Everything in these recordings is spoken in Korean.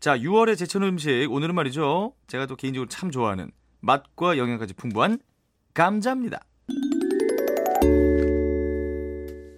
자, 6월의 제천 음식 오늘은 말이죠. 제가 또 개인적으로 참 좋아하는 맛과 영양까지 풍부한 감자입니다.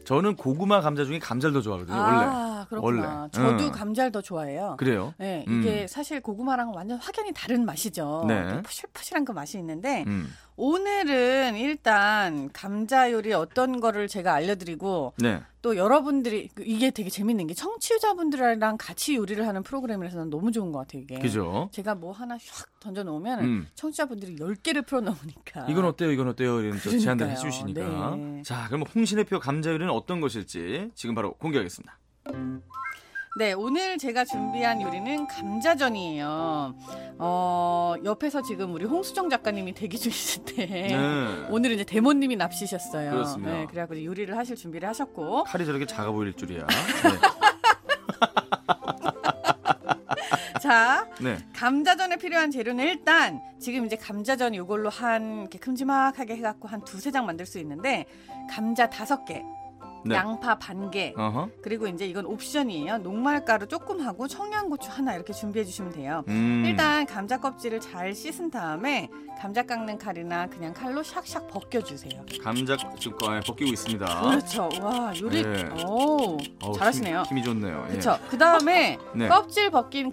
저는 고구마 감자 중에 감자를 더 좋아하거든요. 원래. 아, 그렇구나. 원래. 저도 응. 감자를 더 좋아해요. 그래요? 네, 음. 이게 사실 고구마랑 완전 확연히 다른 맛이죠. 네. 이렇게 푸실푸실한 그 맛이 있는데 음. 오늘은 일단 감자 요리 어떤 거를 제가 알려드리고 네. 또 여러분들이 그 이게 되게 재밌는 게 청취자분들이랑 같이 요리를 하는 프로그램이라서 너무 좋은 것 같아요. 이게 그죠? 제가 뭐 하나 샥 던져 놓으면 음. 청취자분들이 10개를 풀어 넣으니까 이건 어때요? 이건 어때요? 이런 저 제안들 그러니까요. 해주시니까. 네. 자, 그럼 홍신의 표 감자 요리는 어떤 것일지 지금 바로 공개하겠습니다. 네, 오늘 제가 준비한 요리는 감자전이에요. 어, 옆에서 지금 우리 홍수정 작가님이 대기 중이실 때 네. 오늘 이제 대모님이 납치셨어요. 네. 그렇습니다. 네, 그래갖고 요리를 하실 준비를 하셨고 칼이 저렇게 작아 보일 줄이야. 네. 자 네. 감자전에 필요한 재료는 일단 지금 이제 감자전 이걸로 한 이렇게 큼지막하게 해갖고 한 두세 장 만들 수 있는데 감자 다섯 개, 네. 양파 반 개, 어허. 그리고 이제 이건 옵션이에요. 녹말가루 조금 하고 청양고추 하나 이렇게 준비해 주시면 돼요. 음. 일단 감자 껍질을 잘 씻은 다음에 감자 깎는 칼이나 그냥 칼로 샥샥 벗겨주세요. 감자 지금 거- 아, 벗기고 있습니다. 그렇죠. 와 요리 네. 오 어우, 잘하시네요. 힘, 힘이 좋네요. 예. 그렇죠. 그 다음에 네. 껍질 벗긴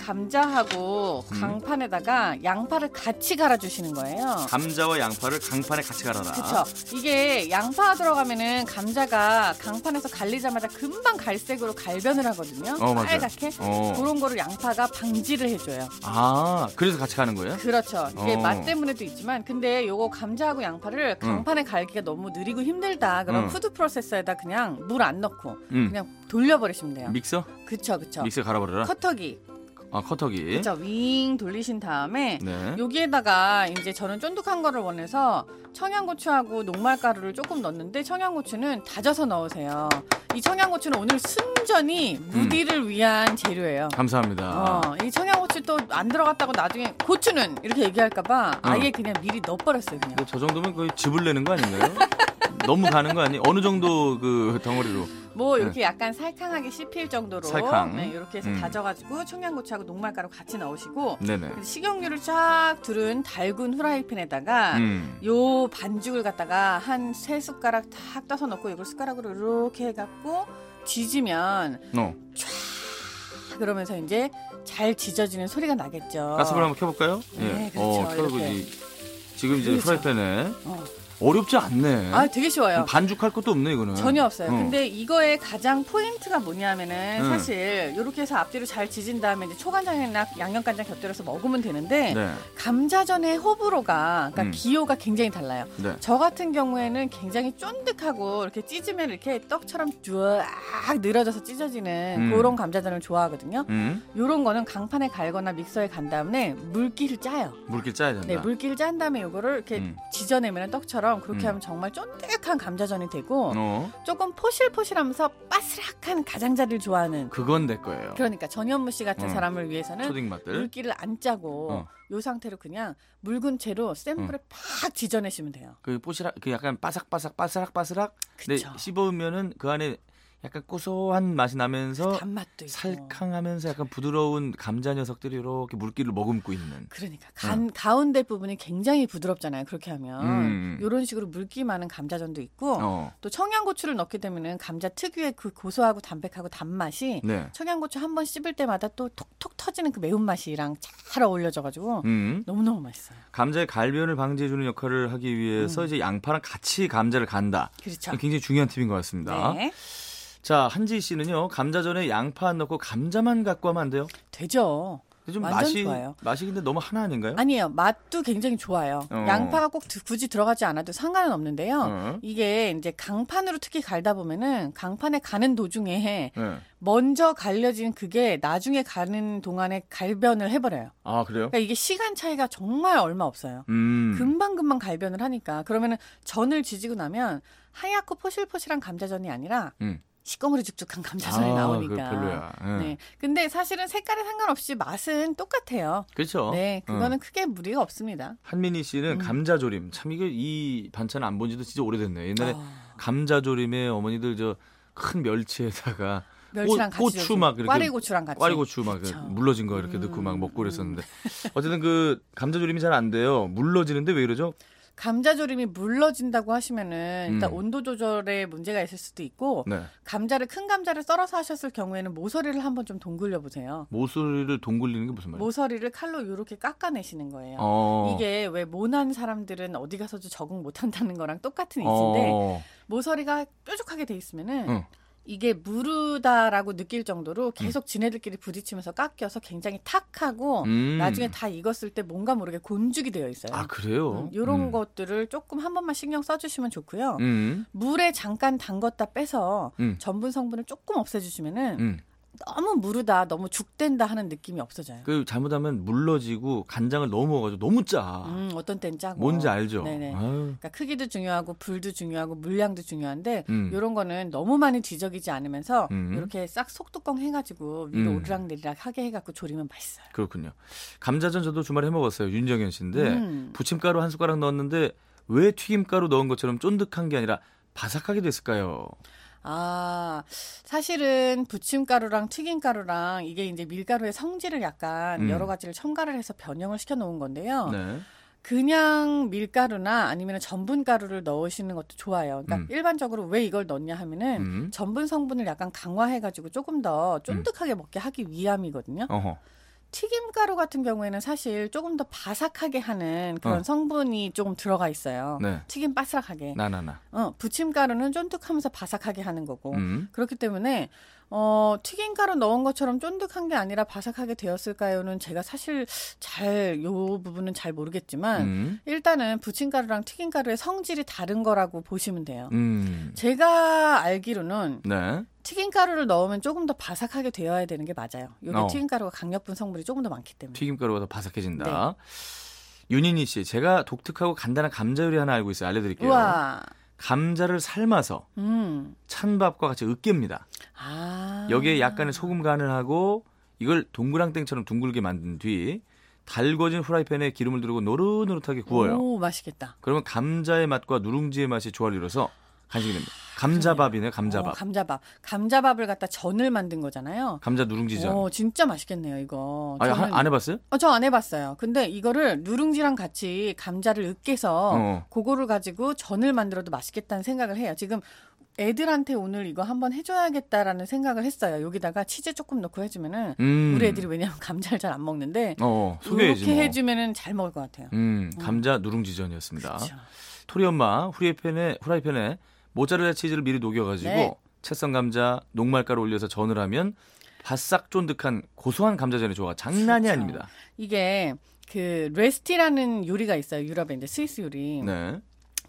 감자하고 음. 강판에다가 양파를 같이 갈아주시는 거예요. 감자와 양파를 강판에 같이 갈아라. 그렇죠. 이게 양파 들어가면은 감자가 강판에서 갈리자마자 금방 갈색으로 갈변을 하거든요. 어, 맞아요. 빨갛게. 어. 그런 거를 양파가 방지를 해줘요. 아, 그래서 같이 가는 거예요? 그렇죠. 이게 어. 음. 맛 때문에도 있지만, 근데 요거 감자하고 양파를 강판에 갈기가 너무 느리고 힘들다. 그럼 응. 푸드 프로세서에다 그냥 물 안 넣고 음. 그냥 돌려버리시면 돼요. 믹서? 그쵸, 그쵸. 믹서 갈아버려라. 커터기. 아, 커터기. 그쵸. 윙 돌리신 다음에 네. 여기에다가 이제 저는 쫀득한 거를 원해서 청양고추하고 녹말가루를 조금 넣는데 청양고추는 다져서 넣으세요. 이 청양고추는 오늘 순전히 음. 무디를 위한 재료예요. 감사합니다. 어, 이 청양고추 또 안 들어갔다고 나중에 고추는 이렇게 어. 얘기할까봐 아예 그냥 미리 넣어버렸어요 그냥. 근데 저 정도면 거의 즙을 내는 거 아닌가요? 너무 가는 거 아니에요? 어느 정도 그 덩어리로. 뭐 이렇게 약간 살캉하게 씹힐 정도로 살캉. 네, 이렇게 해서 음. 다져가지고 청양고추하고 녹말가루 같이 넣으시고 네네. 식용유를 쫙 두른 달군 후라이팬에다가 음. 요 반죽을 갖다가 한 세 숟가락 탁 떠서 넣고 이걸 숟가락으로 이렇게 해갖고 뒤지면 어. 탁 그러면서 이제 잘 지져지는 소리가 나겠죠. 가스불 한번 켜볼까요? 어. 네, 그렇죠. 어, 켜고 이렇게. 지금 이제 그렇죠. 프라이팬에 어. 어렵지 않네. 아 되게 쉬워요. 반죽할 것도 없네 이거는. 전혀 없어요. 어. 근데 이거의 가장 포인트가 뭐냐면은 음. 사실 이렇게 해서 앞뒤로 잘 지진 다음에 이제 초간장이나 양념간장 곁들여서 먹으면 되는데 네. 감자전의 호불호가 그러니까 음. 기호가 굉장히 달라요. 네. 저 같은 경우에는 굉장히 쫀득하고 이렇게 찢으면 이렇게 떡처럼 쫙 늘어져서 찢어지는 음. 그런 감자전을 좋아하거든요. 음. 요런 거는 강판에 갈거나 믹서에 간 다음에 물기를 짜요. 물기 짜야 된다. 네, 물기를 짠 다음에 요거를 이렇게 음. 지져내면 떡처럼 그렇게 음. 하면 정말 쫀득한 감자전이 되고 어. 조금 포실포실하면서 바스락한 가장자를 좋아하는 그건 내 거예요. 그러니까 전현무 씨 같은 음. 사람을 위해서는 초딩 맛들. 물기를 안 짜고 어. 요 상태로 그냥 묽은 채로 센 음. 불에 팍 지져내시면 돼요. 그 뽀시락 그 약간 바삭바삭 바스락 바스락. 근데 그쵸. 씹으면은 그 안에 약간 고소한 맛이 나면서 그 단맛도 있고. 어, 살캉하면서 약간 부드러운 감자 녀석들이 이렇게 물기를 머금고 있는. 그러니까 간, 가운데 부분이 굉장히 부드럽잖아요. 그렇게 하면 어. 음. 요런 식으로 물기 많은 감자전도 있고 어. 또 청양고추를 넣기 때문에는 감자 특유의 그 고소하고 담백하고 단맛이 네. 청양고추 한 번 씹을 때마다 또 톡톡 터지는 그 매운맛이랑 잘 어울려져가지고 음. 너무너무 맛있어요. 감자의 갈변을 방지해주는 역할을 하기 위해서 음. 이제 양파랑 같이 감자를 간다. 그렇죠. 굉장히 중요한 팁인 것 같습니다. 네. 자 한지 씨는요 감자전에 양파 안 넣고 감자만 갖고 하면 안 돼요? 되죠. 근데 좀 완전 맛이 좋아요. 맛이 근데 너무 하나 아닌가요? 아니에요. 맛도 굉장히 좋아요. 네. 어. 양파가 꼭 두- 굳이 들어가지 않아도 상관은 없는데요. 어. 이게 이제 강판으로 특히 갈다 보면은 강판에 가는 도중에 네. 먼저 갈려진 그게 나중에 가는 동안에 갈변을 해버려요. 아 그래요? 그러니까 이게 시간 차이가 정말 얼마 없어요. 음. 금방금방 갈변을 하니까 그러면은 전을 지지고 나면 하얗고 포실포실한 감자전이 아니라 음. 시꺼무리죽죽한 감자전이 아, 나오니까. 그거 별로야. 예. 네. 근데 사실은 색깔에 상관없이 맛은 똑같아요. 그렇죠. 네, 어. 그거는 크게 무리가 없습니다. 한민희 씨는 음. 감자조림 참 이거 이 반찬 네. 안 본 지도 진짜 오래됐네. 옛날에 아, 감자조림에 어머니들 저 큰 멸치에다가 멸치랑 같이 고추 저기 막 이렇게- 꽈리고추랑 같이 꽈리고추 막 아, 그쵸. 물러진 거 이렇게 음, 넣고 막 먹고 음. 그랬었는데 어쨌든 그 감자 조림이 잘 안 돼요. 물러지는데 왜 이러죠? 감자조림이 물러진다고 하시면은 일단 음. 온도 조절에 문제가 있을 수도 있고 네. 감자를 큰 감자를 썰어서 하셨을 경우에는 모서리를 한번 좀 동글려 보세요. 모서리를 동굴리는 게 무슨 말이에요? 모서리를 칼로 이렇게 깎아내시는 거예요. 네. 어. 이게 왜 모난 사람들은 어디 가서도 적응 못 한다는 거랑 똑같은 이치인데 어. 모서리가 뾰족하게 돼 있으면은 응. 이게 무르다라고 느낄 정도로 계속 지네들끼리 부딪히면서 깎여서 굉장히 탁하고 음. 어, 나중에 다 익었을 때 뭔가 모르게 곤죽이 되어 있어요. 아 그래요? 이런 음. 것들을 조금 한 번만 신경 써주시면 좋고요. 음. 물에 잠깐 담궜다 빼서 음. 전분 성분을 조금 없애주시면은 음. 너무 무르다, 너무 죽된다 하는 느낌이 없어져요. 그 잘못하면 물러지고 간장을 너무 먹어가지고 너무 짜. 음, 어떤 땐 짜고. 아. 뭔지 알죠? 네네. 아유. 그러니까 크기도 중요하고 불도 중요하고 물량도 중요한데 음. 이런 거는 너무 많이 뒤적이지 않으면서 음. 이렇게 싹 속뚜껑 해가지고 위로 음. 오르락내리락 하게 해갖고 조리면 맛있어요. 그렇군요. 감자전 저도 주말에 해 먹었어요. 윤정현 씨인데 음. 부침가루 한 숟가락 넣었는데 왜 튀김가루 넣은 것처럼 쫀득한 게 아니라 바삭하게 됐을까요? 아 사실은 부침가루랑 튀김가루랑 이게 이제 밀가루의 성질을 약간 음. 여러 가지를 첨가를 해서 변형을 시켜 놓은 건데요. 네. 그냥 밀가루나 아니면 전분가루를 넣으시는 것도 좋아요. 그러니까 음. 일반적으로 왜 이걸 넣냐 하면은 음. 전분 성분을 약간 강화해가지고 조금 더 쫀득하게 먹게 하기 위함이거든요. 어허. 튀김가루 같은 경우에는 사실 조금 더 바삭하게 하는 그런 어. 성분이 조금 들어가 있어요. 네. 튀김 바스락하게. 나나나. 어, 부침가루는 쫀득하면서 바삭하게 하는 거고. 음. 그렇기 때문에 어, 튀김가루 넣은 것처럼 쫀득한 게 아니라 바삭하게 되었을까요는 제가 사실 잘 요 부분은 잘 모르겠지만 음. 일단은 부침가루랑 튀김가루의 성질이 다른 거라고 보시면 돼요. 음. 제가 알기로는 네. 튀김가루를 넣으면 조금 더 바삭하게 되어야 되는 게 맞아요. 요게 어. 튀김가루가 강력분 성분이 조금 더 많기 때문에. 튀김가루가 더 바삭해진다. 네. 윤인희 씨, 제가 독특하고 간단한 감자 요리 하나 알고 있어요. 알려드릴게요. 우와. 감자를 삶아서 음. 찬밥과 같이 으깁니다. 아. 여기에 약간의 소금 간을 하고 이걸 동그랑땡처럼 둥글게 만든 뒤 달궈진 후라이팬에 기름을 두르고 노릇노릇하게 구워요. 오, 맛있겠다. 그러면 감자의 맛과 누룽지의 맛이 조화를 이뤄서 간식이 됩니다. 감자밥이네요, 어, 감자밥. 감자밥. 감자밥을 갖다 전을 만든 거잖아요. 감자 누룽지전. 어, 진짜 맛있겠네요, 이거. 아, 저는- 안 해봤어요? 어, 저 안 해봤어요. 근데 이거를 누룽지랑 같이 감자를 으깨서 어. 그거를 가지고 전을 만들어도 맛있겠다는 생각을 해요. 지금 애들한테 오늘 이거 한번 해줘야겠다라는 생각을 했어요. 여기다가 치즈 조금 넣고 해주면은 음. 우리 애들이 왜냐하면 감자를 잘 안 먹는데 어, 소개해지 이렇게 뭐. 해주면은 잘 먹을 것 같아요. 음, 감자 누룽지전이었습니다. 그렇죠. 토리 엄마 후라이팬에 후라이팬에 모짜렐라 치즈를 미리 녹여가지고 네. 채썬 감자 녹말가루 올려서 전을 하면 바싹 쫀득한 고소한 감자전의 조화 장난이 그렇죠. 아닙니다. 이게 그 레스티라는 요리가 있어요. 유럽의 이제 스위스 요리. 네.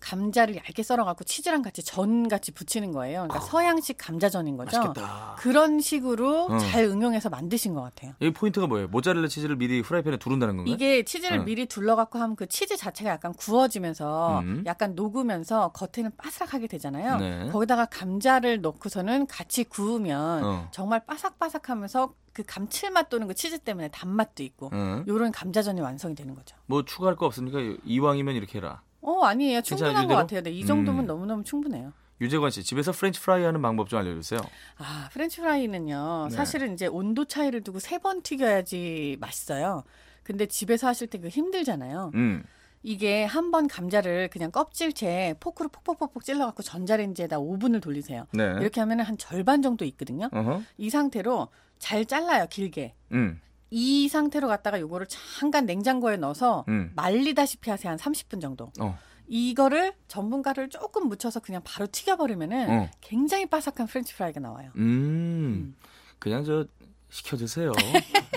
감자를 얇게 썰어갖고 치즈랑 같이 전 같이 부치는 거예요. 아. 그러니까 서양식 감자전인 거죠. 그런 식으로 어. 잘 응용해서 만드신 것 같아요. 이 포인트가 뭐예요? 모짜렐라 치즈를 미리 후라이팬에 두른다는 건가요? 이게 치즈를 응. 미리 둘러갖고 하면 그 치즈 자체가 약간 구워지면서 음. 약간 녹으면서 겉에는 바삭하게 되잖아요. 네. 거기다가 감자를 넣고서는 같이 구우면 어. 정말 바삭바삭하면서 그 감칠맛 또는 그 치즈 때문에 단맛도 있고 응. 요런 감자전이 완성이 되는 거죠. 어. 뭐 추가할 거 없습니까? 이왕이면 이렇게 해라. 어 아니에요 충분한 것 이대로? 같아요. 네, 이 정도면 음. 너무너무 충분해요. 유재관 씨 집에서 프렌치 프라이 하는 방법 좀 알려주세요. 아 프렌치 프라이는요 네. 사실은 이제 온도 차이를 두고 세 번 튀겨야지 맛있어요. 근데 집에서 하실 때 그 힘들잖아요. 음. 이게 한 번 감자를 그냥 껍질째 포크로 폭폭폭폭 찔러갖고 전자레인지에다 5분을 돌리세요. 네. 이렇게 하면 한 절반 정도 있거든요. 어허. 이 상태로 잘 잘라요, 길게. 음. 이 상태로 갖다가 요거를 잠깐 냉장고에 넣어서 음. 말리다시피 하세요. 한 30분 정도. 어. 이거를 전분가루를 조금 묻혀서 그냥 바로 튀겨버리면은 어. 굉장히 바삭한 프렌치 프라이가 나와요. 음. 그냥 저 시켜 드세요.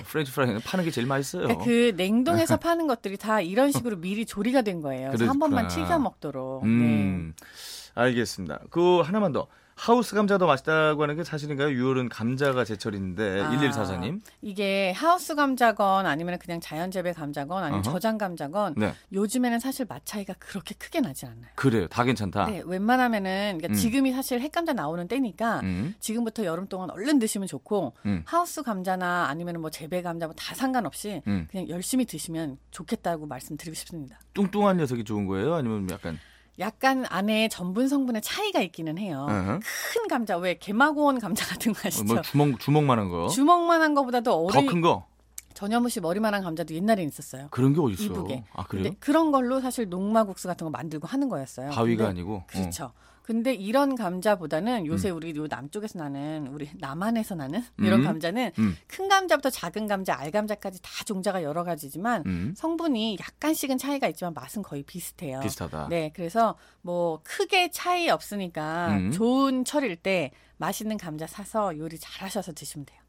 프렌치 프라이는 파는 게 제일 맛있어요. 그러니까 그 냉동에서 파는 것들이 다 이런 식으로 미리 조리가 된 거예요. 그래서 한 번만 그렇구나. 튀겨 먹도록. 네. 음, 알겠습니다. 그 하나만 더. 하우스 감자도 맛있다고 하는 게 사실인가요? 6월은 감자가 제철인데 아. 1144님. 이게 하우스 감자건 아니면 그냥 자연재배 감자건 아니면 어허. 저장 감자건 네. 요즘에는 사실 맛 차이가 그렇게 크게 나진 않아요. 그래요. 다 괜찮다. 네, 웬만하면은 그러니까 음. 지금이 사실 핵감자 나오는 때니까 음. 지금부터 여름 동안 얼른 드시면 좋고 음. 하우스 감자나 아니면 뭐 재배 감자 뭐 다 상관없이 음. 그냥 열심히 드시면 좋겠다고 말씀드리고 싶습니다. 뚱뚱한 녀석이 좋은 거예요? 아니면 약간 약간 안에 전분 성분의 차이가 있기는 해요. 예. 큰 감자 왜 개마고원 감자 같은 거 아시죠? 뭐 주먹 주먹만한 거. 주먹만한 거보다도 더 어릴 큰 거. 전현무 씨 머리만한 감자도 옛날에 있었어요. 그런 게 어디 있어? 이북에. 아 그래요? 근데 그런 걸로 사실 녹마국수 같은 거 만들고 하는 거였어요. 바위가 근데 아니고. 그렇죠. 근데 이런 감자보다는 요새 우리 요 남쪽에서 나는 우리 남한에서 나는 음. 이런 감자는 음. 큰 감자부터 작은 감자, 알감자까지 다 종자가 여러 가지지만 어. 음. 성분이 약간씩은 차이가 있지만 맛은 거의 비슷해요. 비슷하다. 네, 그래서 뭐 크게 차이 없으니까 음. 좋은 철일 때 맛있는 감자 사서 요리 잘하셔서 드시면 돼요.